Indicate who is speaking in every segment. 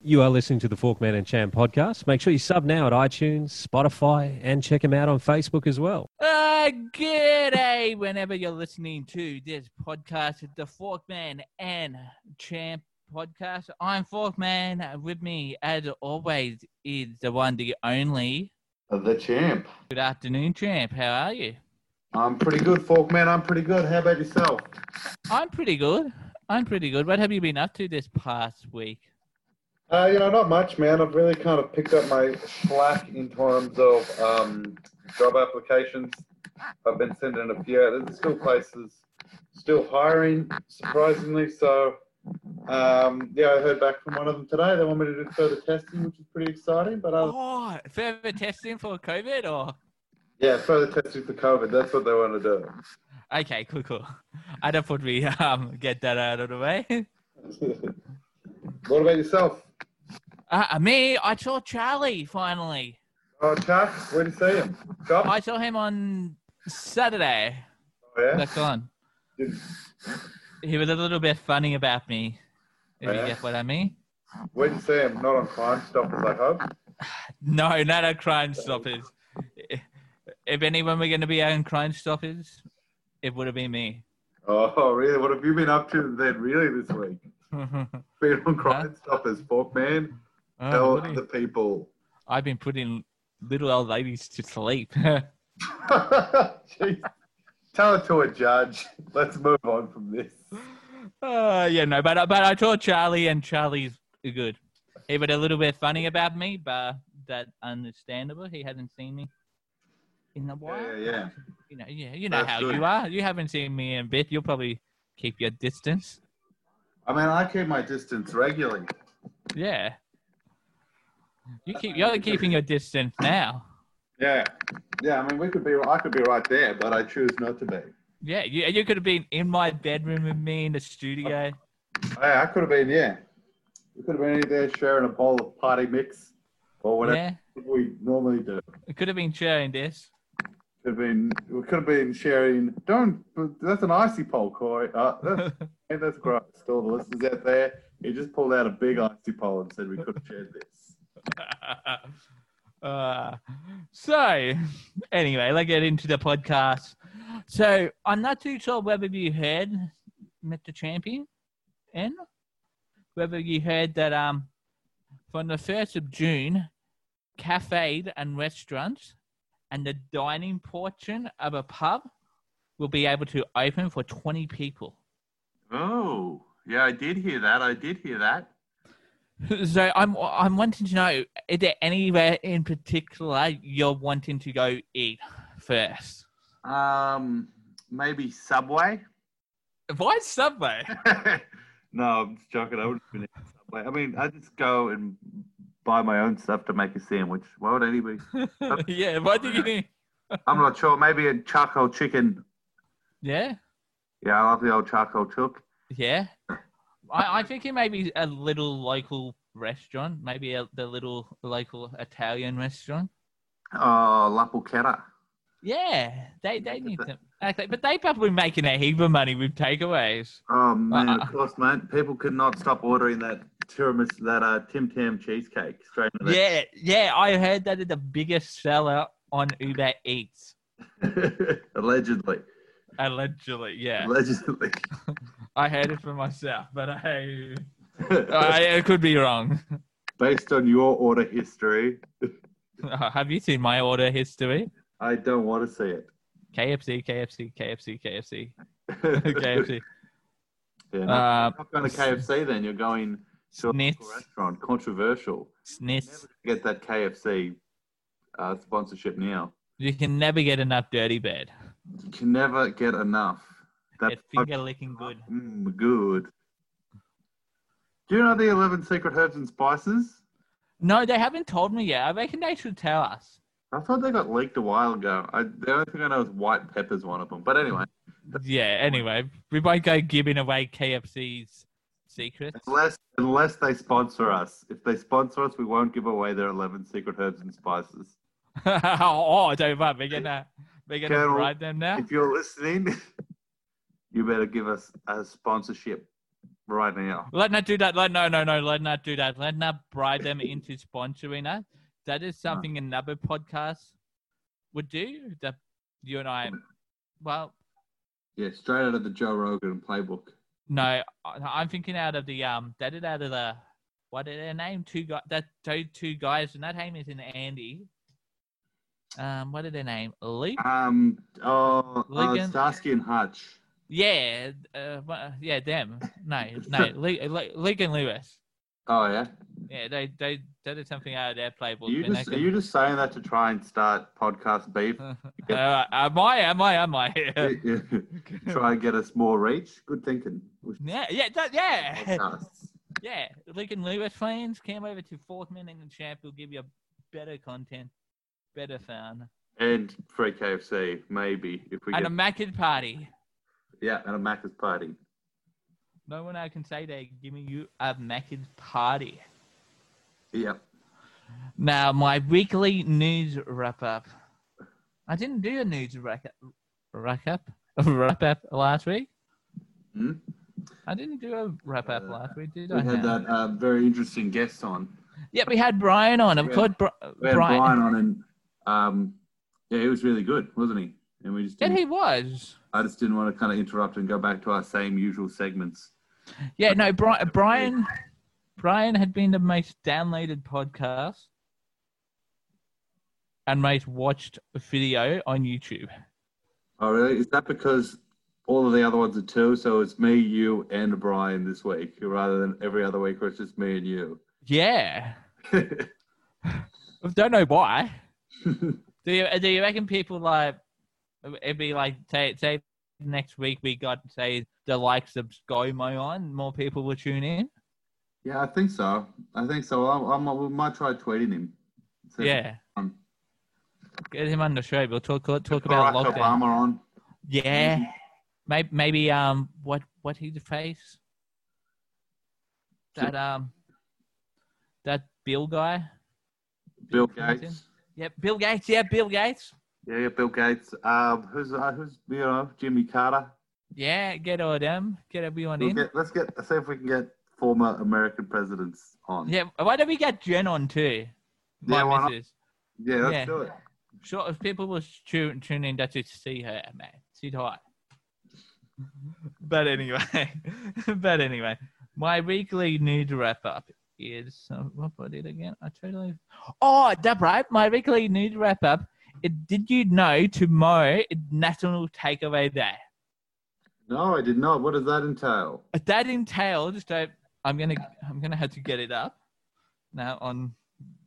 Speaker 1: You are listening to the Forkman and Cham podcast. Make sure you sub now at iTunes, Spotify, and check them out on Facebook as well.
Speaker 2: Uh, g'day, whenever you're listening to this podcast, it's the Forkman and Champ podcast. I'm Forkman. With me, as always, is the one, the only.
Speaker 3: The champ.
Speaker 2: Good afternoon, Champ. How are you?
Speaker 3: I'm pretty good, Forkman. I'm pretty good. How about yourself?
Speaker 2: I'm pretty good. I'm pretty good. What have you been up to this past week?
Speaker 3: Uh, you know, not much, man. I've really kind of picked up my slack in terms of um, job applications. I've been sending a few out. There's still places still hiring, surprisingly. So, um, yeah, I heard back from one of them today. They want me to do further testing, which is pretty exciting. But uh,
Speaker 2: Oh, further testing for COVID or?
Speaker 3: yeah, further testing for COVID. That's what they want to do.
Speaker 2: Okay, cool, cool. I don't thought we um, get that out of the way.
Speaker 3: what about yourself?
Speaker 2: Uh, me, I saw Charlie finally.
Speaker 3: Oh, Chuck, where do you see him? Chuck?
Speaker 2: I saw him on Saturday.
Speaker 3: Oh, yeah?
Speaker 2: Back on.
Speaker 3: Did-
Speaker 2: He was a little bit funny about me, if you
Speaker 3: Yeah.
Speaker 2: get what I mean.
Speaker 3: Where do you see him? Not on Crime Stoppers, I hope.
Speaker 2: No, not on Crime Stoppers. If anyone were going to be on Crime Stoppers, it would have been me.
Speaker 3: Oh, really? What have you been up to then, really, this week?
Speaker 2: Oh,
Speaker 3: Been on Crime Stoppers, Forkman. Tell
Speaker 2: really?
Speaker 3: the people.
Speaker 2: I've been putting little old ladies to sleep.
Speaker 3: Jeez. Tell it to a judge. Let's move on from this.
Speaker 2: uh, yeah, no, but, but I taught Charlie, and Charlie's good. He was a little bit funny about me, but that understandable. He hasn't seen me in a while.
Speaker 3: Yeah, yeah, yeah.
Speaker 2: You know, yeah, you know
Speaker 3: That's
Speaker 2: how
Speaker 3: good.
Speaker 2: you are. You haven't seen me in a bit. You'll probably keep your distance.
Speaker 3: I mean, I keep my distance regularly.
Speaker 2: Yeah. You keep you're keeping your distance now.
Speaker 3: Yeah. Yeah, I mean, we could be. I could be right there, but I choose not to be.
Speaker 2: Yeah, you, you could have been in my bedroom with me in the studio.
Speaker 3: Yeah, I could have been, yeah. We could have been there sharing a bowl of party mix or whatever
Speaker 2: Yeah,
Speaker 3: we normally do.
Speaker 2: it could have been sharing this.
Speaker 3: could have been we could have been sharing. Don't that's an icy pole, Corey. Uh, that's, hey, that's gross. To all the listeners out there, he just pulled out a big icy pole and said we could have shared this.
Speaker 2: uh, so, anyway, let's get into the podcast. So, I'm not too sure whether you heard, Mr. Champion, and whether you heard that um, from the 1st of June, cafes and restaurants and the dining portion of a pub will be able to open for 20 people.
Speaker 3: Oh, yeah, I did hear that. I did hear that.
Speaker 2: So I'm I'm wanting to know is there anywhere in particular you're wanting to go eat first?
Speaker 3: Um, maybe Subway.
Speaker 2: Why Subway?
Speaker 3: no, I'm just joking. I wouldn't have been eating Subway. I mean, I just go and buy my own stuff to make a sandwich. Why would anybody?
Speaker 2: yeah, why do you?
Speaker 3: I'm not sure. Maybe a charcoal chicken.
Speaker 2: Yeah,
Speaker 3: Yeah, I love the old charcoal chook.
Speaker 2: yeah. I, I think it may be a little local restaurant, maybe a, the little local Italian restaurant.
Speaker 3: Oh, La Pulchera.
Speaker 2: Yeah, they they need them. Okay, But they probably making a heap of money with takeaways.
Speaker 3: Oh man,
Speaker 2: Uh,
Speaker 3: of course, mate. People could not stop ordering that tiramisu, that uh, Tim Tam cheesecake straight into that.
Speaker 2: Yeah, yeah. I heard that is the biggest seller on Uber Eats,
Speaker 3: allegedly,
Speaker 2: allegedly. Yeah.
Speaker 3: allegedly.
Speaker 2: I heard it for myself, but I, I could be wrong.
Speaker 3: Based on your order history,
Speaker 2: Have you seen my order history?
Speaker 3: I don't want to see it.
Speaker 2: KFC, KFC, KFC, KFC, KFC.
Speaker 3: Yeah, no.
Speaker 2: Uh,
Speaker 3: You're not going to KFC then. You're going to a local
Speaker 2: Snitz.
Speaker 3: restaurant. Controversial.
Speaker 2: Sniss.
Speaker 3: Get that KFC uh, sponsorship now.
Speaker 2: You can never get enough dirty bed.
Speaker 3: You can never get enough. That's
Speaker 2: It's finger licking good.
Speaker 3: Mm, good. Do you know the 11 secret herbs and spices?
Speaker 2: No, they haven't told me yet. I reckon they should tell us.
Speaker 3: I thought they got leaked a while ago. I, the only thing I know is white pepper's one of them. But anyway,
Speaker 2: Yeah. Anyway, we won't go giving away KFC's secrets.
Speaker 3: unless unless they sponsor us, if they sponsor us, we won't give away their 11 secret herbs and spices.
Speaker 2: oh, don't worry. We're gonna we're gonna
Speaker 3: Colonel,
Speaker 2: ride them now.
Speaker 3: If you're listening, you better give us a sponsorship.
Speaker 4: right now.
Speaker 2: Let not do that. Let no no no. Let not do that. Let not bribe them into sponsoring us. That is something another podcast would do. That you and I, well,
Speaker 3: Yeah, straight out of the Joe Rogan playbook.
Speaker 2: no, I- I'm thinking out of the um. That is out of the what are their name? Two guys. That those two guys. And that name is in Andy. Um, what are their name? Luke.
Speaker 3: Um, oh, uh,
Speaker 2: Ligon-
Speaker 3: Starsky and Hutch.
Speaker 2: Yeah, uh, wha- yeah, them. No, no, Lee, Lee, Lee and Lewis.
Speaker 3: Oh yeah.
Speaker 2: Yeah, they they that is something out of their playbook.
Speaker 3: Are you
Speaker 2: and they
Speaker 3: just are
Speaker 2: can-
Speaker 3: you just saying that to try and start podcast beef?
Speaker 2: Uh, am I? Am I? Am I?
Speaker 3: try and get us more reach. Good thinking. We should
Speaker 2: yeah, yeah, that, yeah,
Speaker 3: podcasts.
Speaker 2: yeah. Lincoln Lewis fans, come over to Fourth Man and Champ. We'll give you better content, better fun,
Speaker 3: And free KFC, maybe if we
Speaker 2: and
Speaker 3: get
Speaker 2: a Macca's party.
Speaker 3: yeah, and a Macca's party.
Speaker 2: No one I can say they're giving you a Macca's party.
Speaker 3: Yeah.
Speaker 2: Now, my weekly news wrap up. I didn't do a news wrap up, wrap up, wrap up last week.
Speaker 3: Hmm?
Speaker 2: I didn't do a wrap up
Speaker 3: Uh,
Speaker 2: last week, did I?
Speaker 3: We had
Speaker 2: No.
Speaker 3: that uh, very interesting guest on.
Speaker 2: Yeah, we had Brian on. I'm
Speaker 3: We
Speaker 2: called Bri-
Speaker 3: We had
Speaker 2: Brian.
Speaker 3: Brian, on, and um, yeah, he was really good, wasn't he? And we just
Speaker 2: Yeah,
Speaker 3: didn't-
Speaker 2: he was.
Speaker 3: I just didn't want to kind of interrupt and go back to our same usual segments.
Speaker 2: Yeah, no, Brian. Brian. Brian had been the most downloaded podcast and most watched video on YouTube.
Speaker 3: Oh, really? Is that because all of the other ones are two? So it's me, you, and Brian this week, rather than every other week where it's just me and you.
Speaker 2: Yeah, I don't know why.
Speaker 3: yeah,
Speaker 2: Do you do you reckon people like it'd be like say say next week we got say the likes of ScoMo on, more people will tune in.
Speaker 3: I think so. I think so. I, I might, we might try tweeting him. See if
Speaker 2: Yeah.
Speaker 3: Um,
Speaker 2: Get him on the show. We'll talk talk
Speaker 3: Barack
Speaker 2: about lockdown.
Speaker 3: Obama on.
Speaker 2: Yeah. Maybe maybe um what what he's face? That um that Bill guy.
Speaker 3: Bill
Speaker 2: Clinton?
Speaker 3: Gates.
Speaker 2: Yep, Bill Gates. Yeah, Bill Gates.
Speaker 3: Yeah, yeah, Bill Gates. Um, who's uh, who's you know Jimmy Carter?
Speaker 2: Yeah, get all them. Get everyone
Speaker 3: We'll
Speaker 2: in.
Speaker 3: get- let's get see if we can get former American presidents on.
Speaker 2: yeah, why don't we get Jen on too? My
Speaker 3: Yeah, why not?
Speaker 2: missus.
Speaker 3: yeah let's
Speaker 2: yeah.
Speaker 3: do it.
Speaker 2: Sure, if people will tune, tune in just to see her, man. She's hot. But anyway, but anyway, my weekly news wrap up is uh, what was it again? I totally. Oh, that right. My weekly news wrap up. It, did you know tomorrow is National Takeaway Day?
Speaker 3: No, I did not. What does that entail?
Speaker 2: Uh, That entails. So I'm gonna I'm gonna have to get it up now on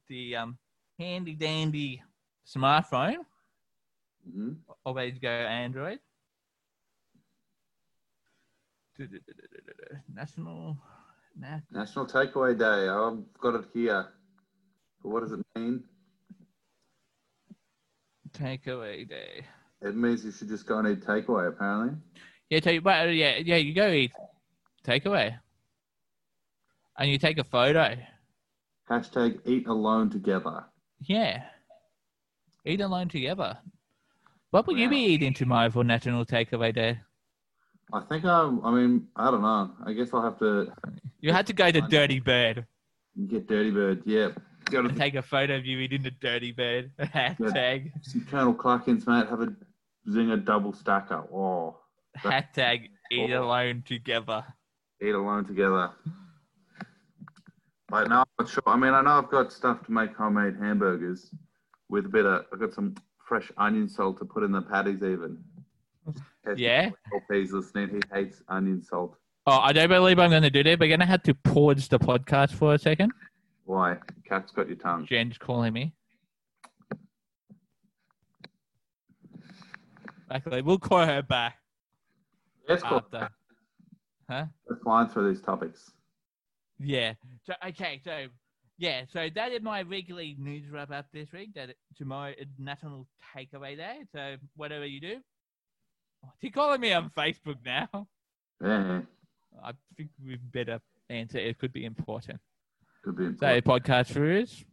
Speaker 2: the um, handy dandy smartphone.
Speaker 3: hmm
Speaker 2: always go Android. Du-du-du-du-du-du-du. National. Na-
Speaker 3: National Takeaway Day. I've got it here. But what does it mean?
Speaker 2: Takeaway day.
Speaker 3: It means you should just go and eat takeaway, apparently.
Speaker 2: Yeah, take, well, yeah, yeah, you go eat takeaway. And you take a photo.
Speaker 3: Hashtag eat alone together.
Speaker 2: Yeah. Eat alone together. What will you be
Speaker 3: Wow.
Speaker 2: eating tomorrow for National Takeaway Day?
Speaker 3: I think I, I mean, I don't know. I guess I'll have to
Speaker 2: You had to go to
Speaker 3: Fine.
Speaker 2: Dirty Bird
Speaker 3: get Dirty Bird. Yeah. Got
Speaker 2: and
Speaker 3: to
Speaker 2: take a photo of you eating the Dirty Bird hashtag.
Speaker 3: some Colonel Clarkins, mate. Have a Zinger double stacker. Oh,
Speaker 2: Hashtag eat alone together.
Speaker 3: eat alone together. But no, I'm not sure. I mean, I know I've got stuff to make homemade hamburgers with a bit of, I've got some fresh onion salt to put in the patties, even.
Speaker 2: Yeah.
Speaker 3: He's listening. He hates onion salt.
Speaker 2: Oh, I don't believe I'm going to do that. We're going to have to pause the podcast for a second.
Speaker 3: Why? Cat's got your tongue.
Speaker 2: Jen's calling me. Luckily, we'll call her back
Speaker 3: That's cool.
Speaker 2: after. Huh?
Speaker 3: Let's flying through these topics.
Speaker 2: Yeah. So okay. So yeah. So that is my weekly news wrap up this week. That tomorrow is National Takeaway Day. So whatever you do, oh, she's calling me on Facebook now.
Speaker 3: Yeah,
Speaker 2: I think we better answer. It could be important.
Speaker 3: could be
Speaker 2: So
Speaker 3: important.
Speaker 2: podcast viewers.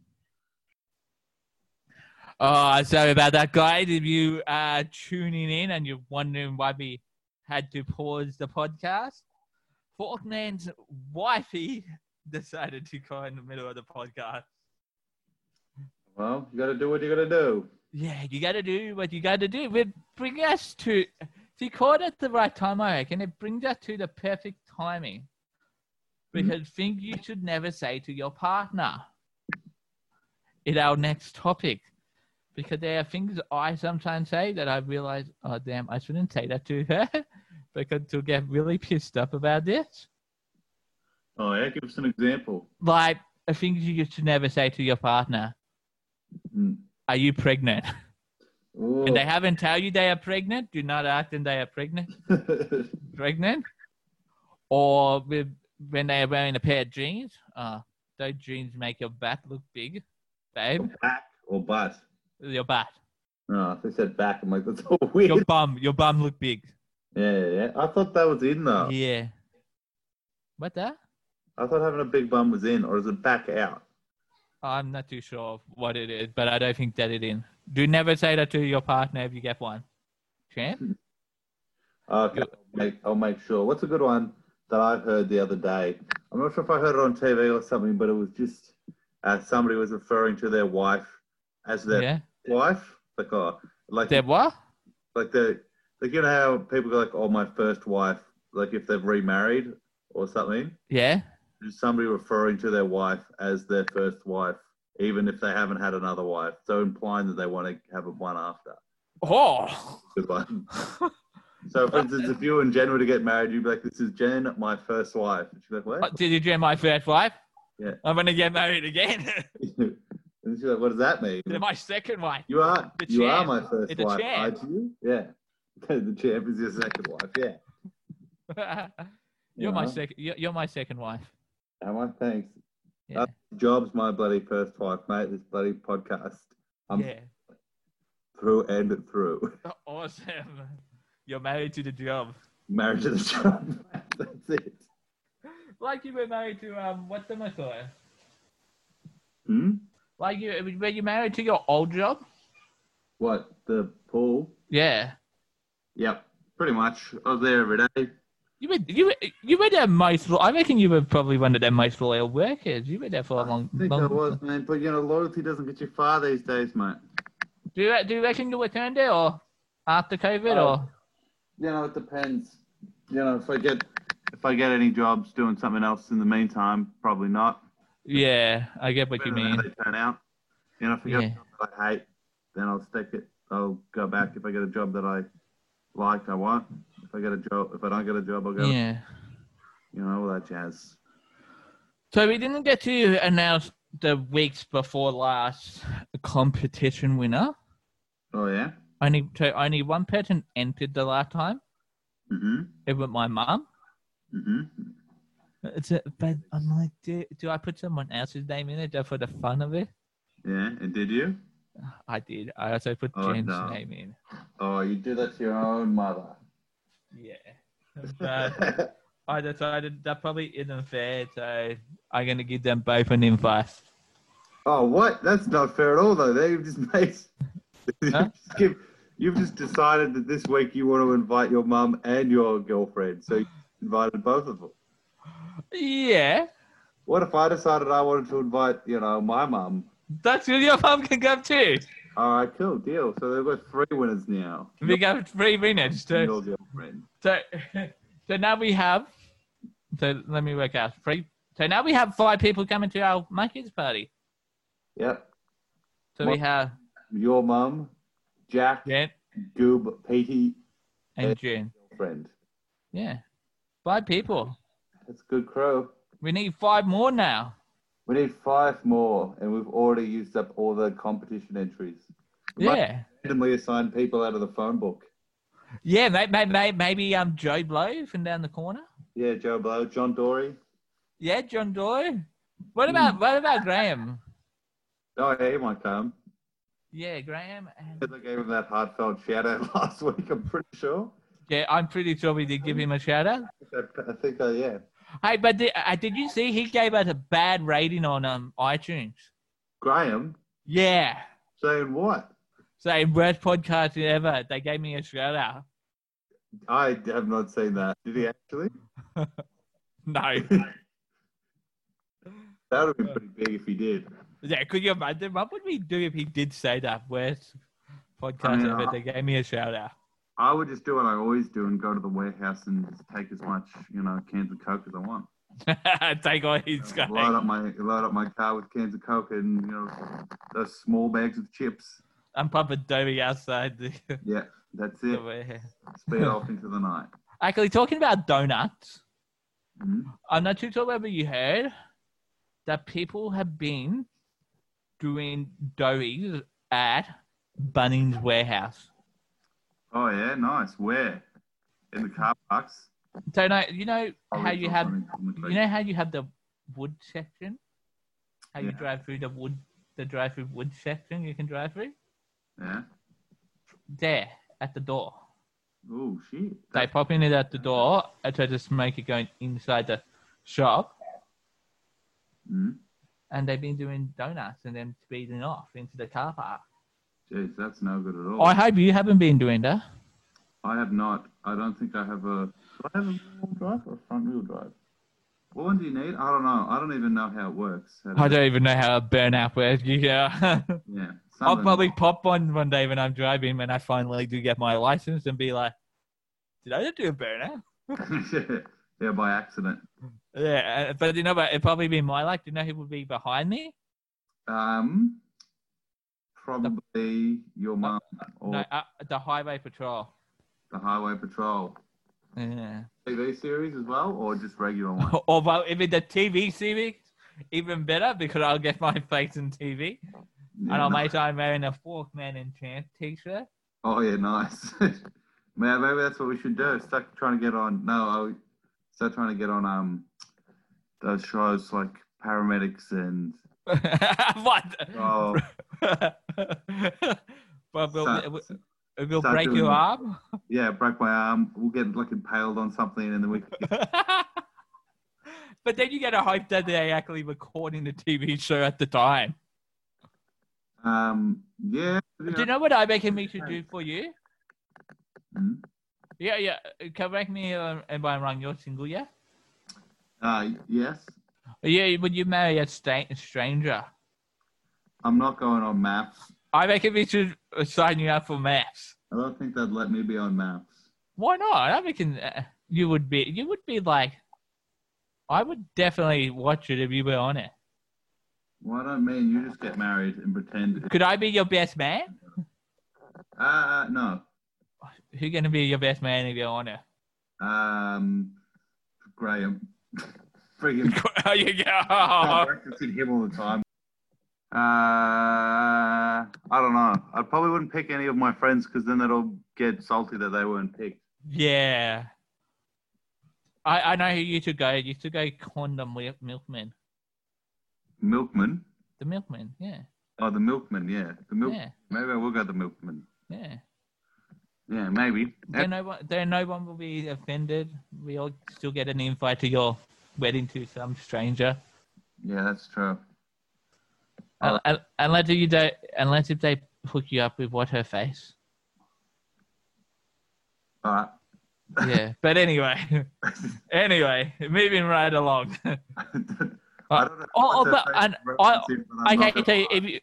Speaker 2: Oh, sorry about that, guys. If you are tuning in and you're wondering why we had to pause the podcast, Hawkman's wifey decided to cry in the middle of the podcast.
Speaker 3: Well, you got to do what you got to do.
Speaker 2: Yeah, you got to do what you got to do. It bring us to, if you caught at the right time, I reckon it brings us to the perfect timing. Because thing you should never say to your partner. In our next topic, because there are things I sometimes say that I realize, oh damn, I shouldn't say that to her, because she'll get really pissed up about this.
Speaker 3: Oh yeah, give us an example.
Speaker 2: Like things you should never say to your partner.
Speaker 3: Mm.
Speaker 2: Are you pregnant?
Speaker 3: Ooh.
Speaker 2: And they haven't tell you they are pregnant, do not act and they are pregnant. Pregnant, or with, when they are wearing a pair of jeans. Uh, those jeans make your butt look big, babe.
Speaker 3: back or butt.
Speaker 2: Your butt,
Speaker 3: Oh, they said back. I'm like, that's all weird.
Speaker 2: your bum, your bum look big.
Speaker 3: Yeah, yeah, yeah. I thought that was in though.
Speaker 2: Yeah. What that?
Speaker 3: I thought having a big bum was in, or is it back out?
Speaker 2: I'm not too sure of what it is, but I don't think that it in. Do never say that to your partner if you get one. Champ?
Speaker 3: Okay, I'll make, I'll make sure. What's a good one that I heard the other day? I'm not sure if I heard it on TV or something, but it was just uh, somebody was referring to their wife as their
Speaker 2: Yeah.
Speaker 3: wife, like oh, like
Speaker 2: There what?
Speaker 3: like the like you know how people go like, oh, my first wife, like if they've remarried or something.
Speaker 2: Yeah.
Speaker 3: There's somebody referring to their wife as their first wife, even if they haven't had another wife, so implying that they want to have one after.
Speaker 2: Oh.
Speaker 3: Good one. So, for instance, if you and Jen were to get married, you'd be like, "This is Jen, my first wife." And she's like,
Speaker 2: Uh,
Speaker 3: "What?"
Speaker 2: Did you dream my first wife?
Speaker 3: Yeah.
Speaker 2: I'm going to get married again.
Speaker 3: and she's like, "What does that mean?"
Speaker 2: to my second wife.
Speaker 3: You are,
Speaker 2: The
Speaker 3: you are
Speaker 2: champ.
Speaker 3: my first
Speaker 2: It's a
Speaker 3: wife,
Speaker 2: champ.
Speaker 3: aren't you? Yeah. the champ is your second wife. Yeah.
Speaker 2: you're my
Speaker 3: Yeah.
Speaker 2: second. You're, you're my second wife.
Speaker 3: Am I? Thanks.
Speaker 2: Yeah.
Speaker 3: Uh, Job's my bloody first wife, mate. This bloody podcast. I'm
Speaker 2: yeah.
Speaker 3: through and through.
Speaker 2: Awesome. You're married to the job.
Speaker 3: Married to the job. That's it.
Speaker 2: Like you were married to um, what's the matter?
Speaker 3: Hmm.
Speaker 2: Like you were you married to your old job?
Speaker 3: What the pool?
Speaker 2: Yeah.
Speaker 3: Yep. Pretty much. I was there every day.
Speaker 2: You were you were, you were their most. I reckon you were probably one of their most loyal workers. You were there for a long.
Speaker 3: I think
Speaker 2: long
Speaker 3: I was, man. But you know, loyalty doesn't get you far these days, mate.
Speaker 2: Do you do you reckon you returned there or after COVID
Speaker 3: Oh.
Speaker 2: or?
Speaker 3: You know, it depends. You know, if I get if I get any jobs doing something else in the meantime, probably not.
Speaker 2: Yeah, I get what you
Speaker 3: Depending on
Speaker 2: mean.
Speaker 3: how they turn out. You know, if I get
Speaker 2: Yeah.
Speaker 3: a job that I hate, then I'll stick it. I'll go back. If I get a job that I like, I want. If I get a job, if I don't get a job, I'll go.
Speaker 2: Yeah.
Speaker 3: You know, all that jazz.
Speaker 2: So we didn't get to announce the weeks before last competition winner.
Speaker 3: Oh yeah.
Speaker 2: Only so only one person entered the last time.
Speaker 3: Mhm.
Speaker 2: It was my mum.
Speaker 3: Mhm.
Speaker 2: It's a, but I'm like, do, do I put someone else's name in it just for the fun of it?
Speaker 3: Yeah. And did you?
Speaker 2: I did. I also put
Speaker 3: Oh,
Speaker 2: Jen's
Speaker 3: no.
Speaker 2: name in.
Speaker 3: Oh, you do that to your own mother.
Speaker 2: Yeah. But I decided that probably isn't fair, so I'm gonna give them both an invite.
Speaker 3: Oh, what? That's not fair at all, though. There, you've just made. you've,
Speaker 2: Huh?
Speaker 3: just give- you've just decided that this week you want to invite your mum and your girlfriend, so you invited both of them.
Speaker 2: Yeah.
Speaker 3: What if I decided I wanted to invite, you know, my mum?
Speaker 2: That's who your mum can go too.
Speaker 3: All right, cool, deal. So they've got three winners now.
Speaker 2: We got three minutes
Speaker 3: And
Speaker 2: to
Speaker 3: your girlfriend.
Speaker 2: So, so now we have. So let me work out three. So now we have five people coming to our my kids party.
Speaker 3: Yep.
Speaker 2: So we
Speaker 3: What?
Speaker 2: have
Speaker 3: Your mum, Jack,
Speaker 2: Jen
Speaker 3: Goob, Petey,
Speaker 2: and Jen.
Speaker 3: girlfriend.
Speaker 2: Yeah, five people.
Speaker 3: That's a good crew.
Speaker 2: We need five more now.
Speaker 3: We need five more, and we've already used up all the competition entries. We might
Speaker 2: Yeah,
Speaker 3: randomly assign people out of the phone book.
Speaker 2: yeah. Maybe, maybe, maybe um Joe Blow from down the corner.
Speaker 3: Yeah, Joe Blow, John Dory.
Speaker 2: Yeah, John Doyle. What
Speaker 3: Hmm.
Speaker 2: about what about Graham?
Speaker 3: Oh, yeah, he might come.
Speaker 2: Yeah, Graham. And,
Speaker 3: Because I gave him that heartfelt shout out last week, I'm pretty sure.
Speaker 2: yeah, I'm pretty sure we did give him a shout out.
Speaker 3: I I think, uh, yeah.
Speaker 2: Hey, but did, uh, did you see he gave us a bad rating on um iTunes?
Speaker 3: Graham
Speaker 2: Yeah.
Speaker 3: saying what?
Speaker 2: Say worst podcast ever. They gave me a shout out.
Speaker 3: I have not seen that. Did he actually?
Speaker 2: No.
Speaker 3: That would have been pretty big if he did.
Speaker 2: Yeah, could you imagine? What would we do if he did say that worst podcast
Speaker 3: I mean,
Speaker 2: ever?
Speaker 3: I-
Speaker 2: They gave me a shout out.
Speaker 3: I would just do what I always do and go to the warehouse and just take as much, you know, cans of Coke as I want.
Speaker 2: Take all his guys.
Speaker 3: Load up my load up my car with cans of Coke and you know those small bags of chips.
Speaker 2: I'm pumping Dobie outside the,
Speaker 3: Yeah, that's
Speaker 2: the
Speaker 3: it.
Speaker 2: warehouse.
Speaker 3: Speed off into the night.
Speaker 2: Actually, talking about donuts,
Speaker 3: Mhm.
Speaker 2: I'm not too sure whether you heard that people have been doing doughies at Bunnings Warehouse.
Speaker 3: Oh yeah, nice. Where? In the car parks.
Speaker 2: So, no, you know
Speaker 3: Oh,
Speaker 2: how you have You know how you have the wood section? How you
Speaker 3: Yeah.
Speaker 2: drive through the wood, the drive through wood section you can drive through?
Speaker 3: Yeah.
Speaker 2: There, at the door.
Speaker 3: Oh shit.
Speaker 2: They pop in it at the door and try to make it going inside the shop.
Speaker 3: Mm.
Speaker 2: And they've been doing donuts and then speeding off into the car park.
Speaker 3: Jeez, that's no good at all.
Speaker 2: I hope you haven't been doing that.
Speaker 3: I have not. I don't think I have a. Do I have a wheel drive or a front wheel drive? What one do you need? I don't know. I don't even know how it works. How
Speaker 2: I
Speaker 3: does it-
Speaker 2: don't even know how a burnout works. Yeah.
Speaker 3: Yeah.
Speaker 2: I'll
Speaker 3: something-
Speaker 2: probably pop on one day when I'm driving when I finally do get my license and be like, did I just do a burnout?
Speaker 3: yeah, by accident.
Speaker 2: Yeah, uh, but you know, but it'd probably be my luck. Do you know who would be behind me?
Speaker 3: Um, probably your mum or
Speaker 2: No, uh, the highway patrol.
Speaker 3: the highway patrol.
Speaker 2: Yeah.
Speaker 3: TV series as well, or just regular one.
Speaker 2: Or well, if it's a TV series, even better because I'll get my face in TV, and I'll make sure I'm wearing a Fork Man in Chance T-shirt.
Speaker 3: Oh yeah, nice. Man, maybe that's what we should do. Start trying to get on. No, I start trying to get on um those shows like paramedics and
Speaker 2: what?
Speaker 3: oh,
Speaker 2: but we'll,
Speaker 3: so-
Speaker 2: we'll, we'll
Speaker 3: start
Speaker 2: break
Speaker 3: doing
Speaker 2: your
Speaker 3: that.
Speaker 2: arm.
Speaker 3: yeah, break my arm. We'll get like impaled on something, and then we can
Speaker 2: but then you gotta hope that they're actually recording the TV show at the time.
Speaker 3: um yeah.
Speaker 2: Do you know what I reckon we should do for you?
Speaker 3: Mm.
Speaker 2: Yeah, yeah. uh, Correct me uh, if I'm wrong. You're single, yeah?
Speaker 3: Uh, yes,
Speaker 2: Yeah, would you marry a, sta- a stranger?
Speaker 3: I'm not going on maps.
Speaker 2: I reckon we should uh, sign you up for maths.
Speaker 3: I don't think they'd let me be on maps.
Speaker 2: Why not? I reckon uh, you would be. You would be like. I would definitely watch it if you were on it.
Speaker 3: Why don't me and you just get married and pretend?
Speaker 2: Could I be your best man?
Speaker 3: Uh, no.
Speaker 2: Who's gonna be your best man if you're on it?
Speaker 3: Um, Graham. Friggin'
Speaker 2: Oh, you
Speaker 3: I'm
Speaker 2: go.
Speaker 3: practicing him all the time. Uh, I don't know. I probably wouldn't pick any of my friends because then they'll get salty that they weren't picked.
Speaker 2: Yeah. I, I know who you two go. You two go condom mil- milkman.
Speaker 3: Milkman.
Speaker 2: The milkman. Yeah.
Speaker 3: Oh, the milkman. Yeah, the milk.
Speaker 2: Yeah.
Speaker 3: Maybe I will go the milkman.
Speaker 2: Yeah.
Speaker 3: Yeah, maybe.
Speaker 2: Then no one, then no one will be offended. We all still get an invite to your wedding to some stranger,
Speaker 3: Yeah, that's true.
Speaker 2: Un- un- unless you don't, unless if they hook you up with what her face.
Speaker 3: All right.
Speaker 2: Yeah, but anyway, anyway, moving right along.
Speaker 3: I don't know.
Speaker 2: Oh,
Speaker 3: what
Speaker 2: oh,
Speaker 3: the
Speaker 2: but-
Speaker 3: face
Speaker 2: and
Speaker 3: reference
Speaker 2: I-
Speaker 3: is, but I'm
Speaker 2: okay,
Speaker 3: not gonna
Speaker 2: so
Speaker 3: lie.
Speaker 2: if you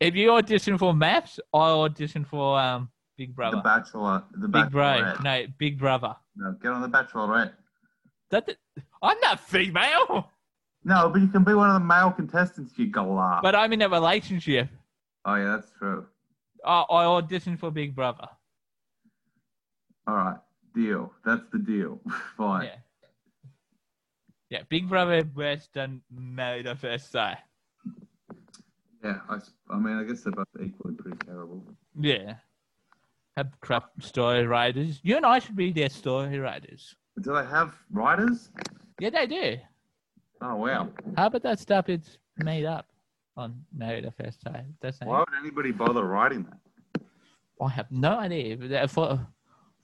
Speaker 2: if you audition for Maps, I audition for um Big
Speaker 3: the
Speaker 2: Brother.
Speaker 3: Bachelor, the
Speaker 2: Big Bro,
Speaker 3: Bachelorette.
Speaker 2: no, Big Brother.
Speaker 3: No, get on the Bachelorette.
Speaker 2: That I'm not female,
Speaker 3: No, but you can be one of the male contestants, you golar.
Speaker 2: but I'm in a relationship.
Speaker 3: oh yeah, that's true.
Speaker 2: I, I audition for Big Brother.
Speaker 3: All right, deal. That's the deal. Fine.
Speaker 2: Yeah. Yeah, Big Brother West and Married at First Sight.
Speaker 3: Yeah, I, s- I mean, I guess they're both equally pretty terrible.
Speaker 2: Yeah. Have crap story writers. You and I should be their story writers.
Speaker 3: Do they have writers?
Speaker 2: Yeah, they do.
Speaker 3: Oh wow.
Speaker 2: How about that stuff it's made up on Married at First Sight? That's not-
Speaker 3: Why would anybody bother writing that?
Speaker 2: I have no idea. But that- For,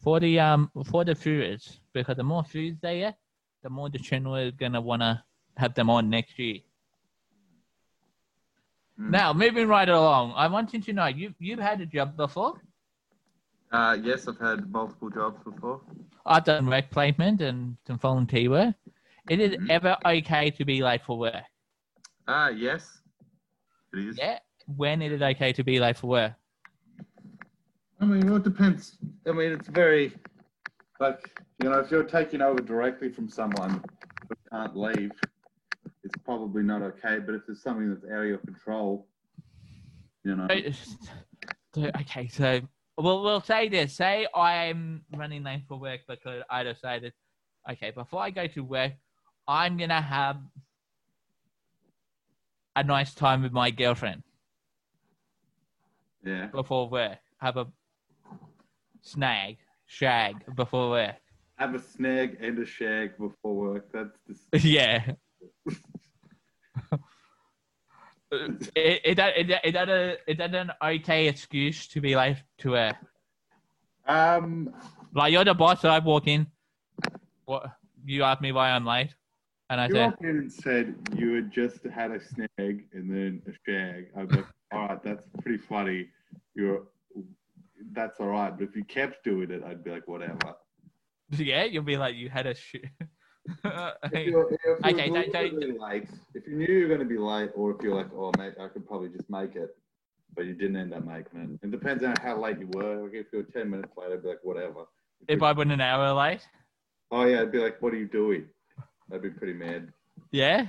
Speaker 2: for the um for the viewers, because the more viewers they get, the more the channel is gonna wanna have them on next year.
Speaker 3: Hmm.
Speaker 2: Now, moving right along, I wanted to know you you've had a job before.
Speaker 3: Uh, yes, I've had multiple jobs before.
Speaker 2: I've done rec placement and some volunteer work. It is
Speaker 3: Mhm.
Speaker 2: ever okay to be late for work.
Speaker 3: Ah, yes. It is.
Speaker 2: Yeah. When is it okay to be late for work?
Speaker 3: I mean, well, it depends. I mean, it's very, like, you know, if you're taking over directly from someone who can't leave, it's probably not okay. But if there's something that's out of your control, you know,
Speaker 2: So- so- okay, so well, we'll say this. Say I'm running late for work because I decided, okay, before I go to work, I'm gonna have a nice time with my girlfriend
Speaker 3: yeah.
Speaker 2: before work. Have a snag, shag before work.
Speaker 3: Have a snag and a shag before work. That's just,
Speaker 2: yeah. is, is that is that is that a is that an okay excuse to be late to work?
Speaker 3: um,
Speaker 2: Like you're the boss, so I walk in. What you asked me why I'm late, and I
Speaker 3: you
Speaker 2: said,
Speaker 3: walked in and said you had just had a snag and then a shag. I was like, all right, that's pretty funny. You're, that's all right. But if you kept doing it, I'd be like, whatever.
Speaker 2: "Yeah." You'll be like, "You had a shit."
Speaker 3: If you're- if you're
Speaker 2: Okay, don't- don't-
Speaker 3: deliberately late, if you knew you were going to be late, or if you're like, oh, mate, I could probably just make it, but you didn't end up making it. It depends on how late you were. Like if you were 10 minutes late, I'd be like, whatever.
Speaker 2: if I went an hour late,
Speaker 3: oh, yeah, I'd be like, what are you doing? I'd be pretty mad.
Speaker 2: yeah,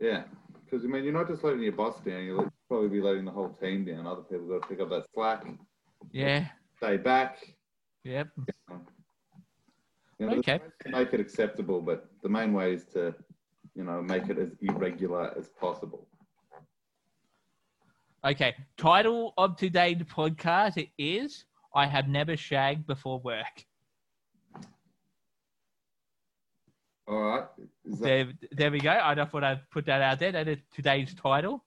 Speaker 3: Yeah. Because, I mean, you're not just letting your boss down, you'll let- probably be letting the whole team down. Other people got to pick up that slack,
Speaker 2: yeah,
Speaker 3: stay back.
Speaker 2: yep.
Speaker 3: You know, there's
Speaker 2: Okay.
Speaker 3: ways to Make it acceptable, but the main way is to, you know, make it as irregular as possible.
Speaker 2: Okay. Title of today's podcast it is "I Have Never Shagged Before Work."
Speaker 3: All right. Is that-
Speaker 2: There, there we go. I just thought I'd put that out there. That is today's title.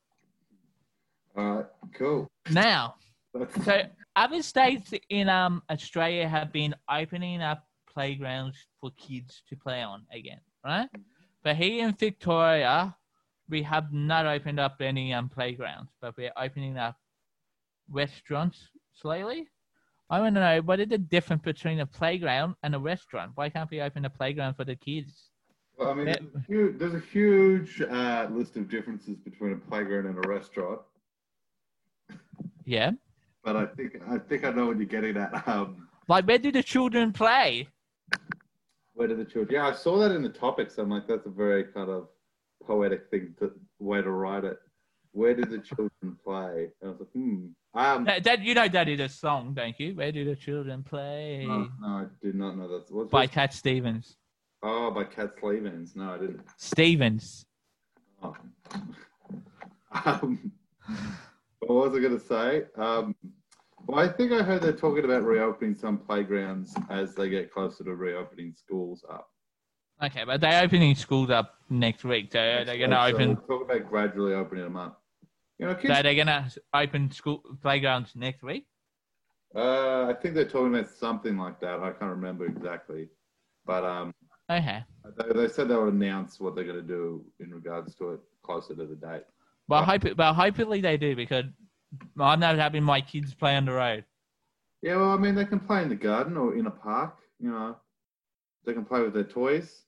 Speaker 3: All right, cool.
Speaker 2: Now,
Speaker 3: That's-
Speaker 2: So other states in um Australia have been opening up playgrounds for kids to play on again, right? But here in Victoria, we have not opened up any um playgrounds, but we're opening up restaurants slowly. I want to know what is the difference between a playground and a restaurant? Why can't we open a playground for the kids?
Speaker 3: Well, I mean,
Speaker 2: Yeah.
Speaker 3: there's a huge, there's a huge uh, list of differences between a playground and a restaurant,
Speaker 2: Yeah,
Speaker 3: but I think I think I know what you're getting at. Um,
Speaker 2: like where do the children play?
Speaker 3: where do the children? Yeah, I saw that in the topics. I'm like, that's a very kind of poetic thing to way to write it. Where do the children play? And I was like, hmm. Um,
Speaker 2: That, that you know that is a song, don't you? Where do the children play?
Speaker 3: no, oh, no, I did not know that. What's
Speaker 2: By Cat Stevens.
Speaker 3: Oh, by Cat Stevens. No, I didn't.
Speaker 2: Stevens.
Speaker 3: Oh. Um, what was I going to say? Um, well, I think I heard they're talking about reopening some playgrounds as they get closer to reopening schools up.
Speaker 2: Okay, but they're opening schools up next week. So they're going to
Speaker 3: So
Speaker 2: open.
Speaker 3: we'll Talk about gradually opening them up. You know,
Speaker 2: So
Speaker 3: kids,
Speaker 2: they're going to open school playgrounds next week.
Speaker 3: uh, I think they're talking about something like that. I can't remember exactly, but um,
Speaker 2: Okay.
Speaker 3: they, they said they would announce what they're going to do in regards to it closer to the date.
Speaker 2: Well, hope well, hopefully they do because I'm not having my kids play on the road.
Speaker 3: Yeah, well, I mean, they can play in the garden or in a park. You know, they can play with their toys.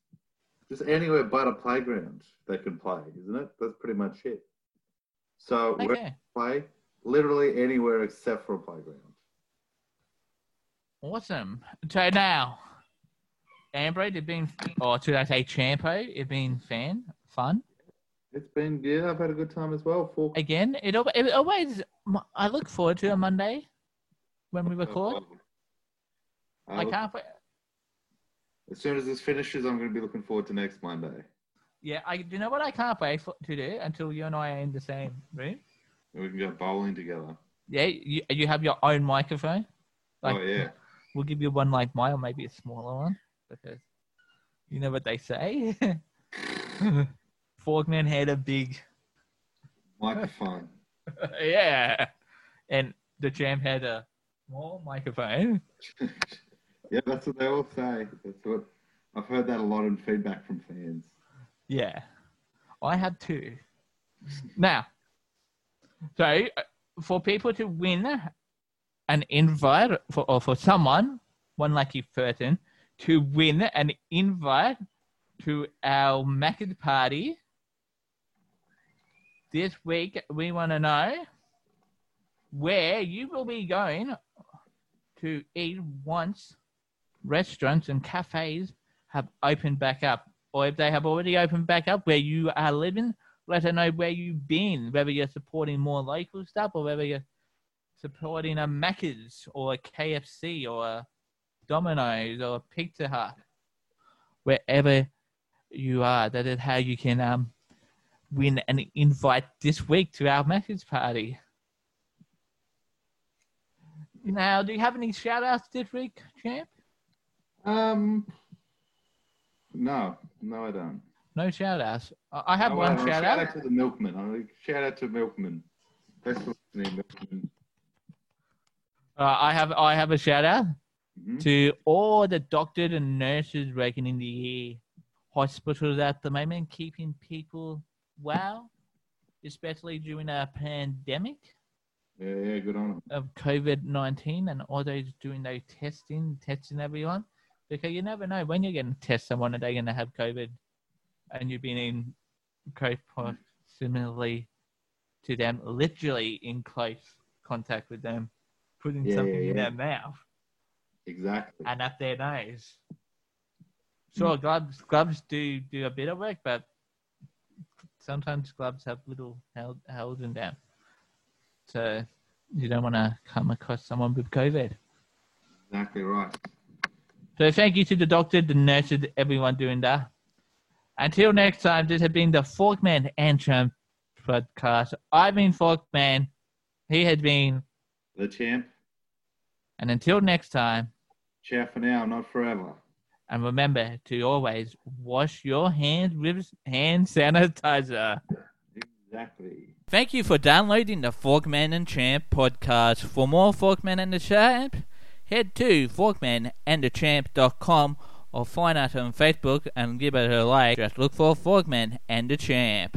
Speaker 3: Just anywhere but a playground, they can play, isn't it? That's pretty much it. So where
Speaker 2: Okay.
Speaker 3: they play literally anywhere except for a playground.
Speaker 2: Awesome. So now, Ambro, they've been, or should I say Champo, it's been fan, fun.
Speaker 3: It's been yeah, I've had a good time as well. Four
Speaker 2: Again, it, al- it always, I look forward to a Monday when we record.
Speaker 3: Uh,
Speaker 2: I can't, wait-
Speaker 3: As soon as this finishes, I'm going to be looking forward to next Monday.
Speaker 2: yeah, I, you know what I can't wait for, to do until you and I are in the same room?
Speaker 3: And we can go bowling together.
Speaker 2: Yeah, you, you have your own microphone. Like,
Speaker 3: oh yeah,
Speaker 2: We'll give you one like mine, or maybe a smaller one, because you know what they say. Forkman had a big,
Speaker 3: microphone.
Speaker 2: yeah, and the champ had a small microphone.
Speaker 3: yeah, that's what they all say. That's what I've heard that a lot in feedback from fans.
Speaker 2: Yeah, I had two. now, so uh, for people to win an invite, for, or for someone, one lucky person, to win an invite to our Macad party. This week, we want to know where you will be going to eat once restaurants and cafes have opened back up, or if they have already opened back up where you are living. Let us know where you've been, whether you're supporting more local stuff or whether you're supporting a Macca's or a KFC or a Domino's or a Pizza Hut, wherever you are. That is how you can um, win an invite this week to our Macca's party. Now, do you have any shout outs this week, champ?
Speaker 3: Um, no, no, I don't.
Speaker 2: No shout outs. I I have
Speaker 3: No,
Speaker 2: one
Speaker 3: uh,
Speaker 2: shout
Speaker 3: shout
Speaker 2: out.
Speaker 3: out to the milkman. I think shout out to milkman. Best of listening, milkman.
Speaker 2: Uh, I have I have a shout out
Speaker 3: Mhm.
Speaker 2: to all the doctors and nurses working in the hospitals at the moment, keeping people well, especially during a pandemic
Speaker 3: Yeah, yeah, good on him.
Speaker 2: of COVID nineteen and all those doing those testing, testing everyone, because you never know when you're going to test someone and they're going to have COVID, and you've been in close proximity to them, literally in close contact with them, putting
Speaker 3: Yeah,
Speaker 2: something
Speaker 3: yeah,
Speaker 2: in
Speaker 3: yeah.
Speaker 2: their mouth
Speaker 3: Exactly.
Speaker 2: and up their nose. Sure, gloves gloves do do a bit of work, but sometimes gloves have little held held in them, so you don't want to come across someone with COVID.
Speaker 3: Exactly right.
Speaker 2: So thank you to the doctor, the nurses, everyone doing that. Until next time, this has been the Forkman and Trump podcast. I've been Forkman. He has been.
Speaker 3: The champ.
Speaker 2: And until next time,
Speaker 3: Ciao for now, not forever.
Speaker 2: And remember to always wash your hands with hand sanitizer.
Speaker 3: Exactly.
Speaker 2: Thank you for downloading the Forkman and Champ podcast. For more Forkman and the Champ, head to forkmanandthechamp.com or find us on Facebook and give it a like. Just look for Forkman and the Champ.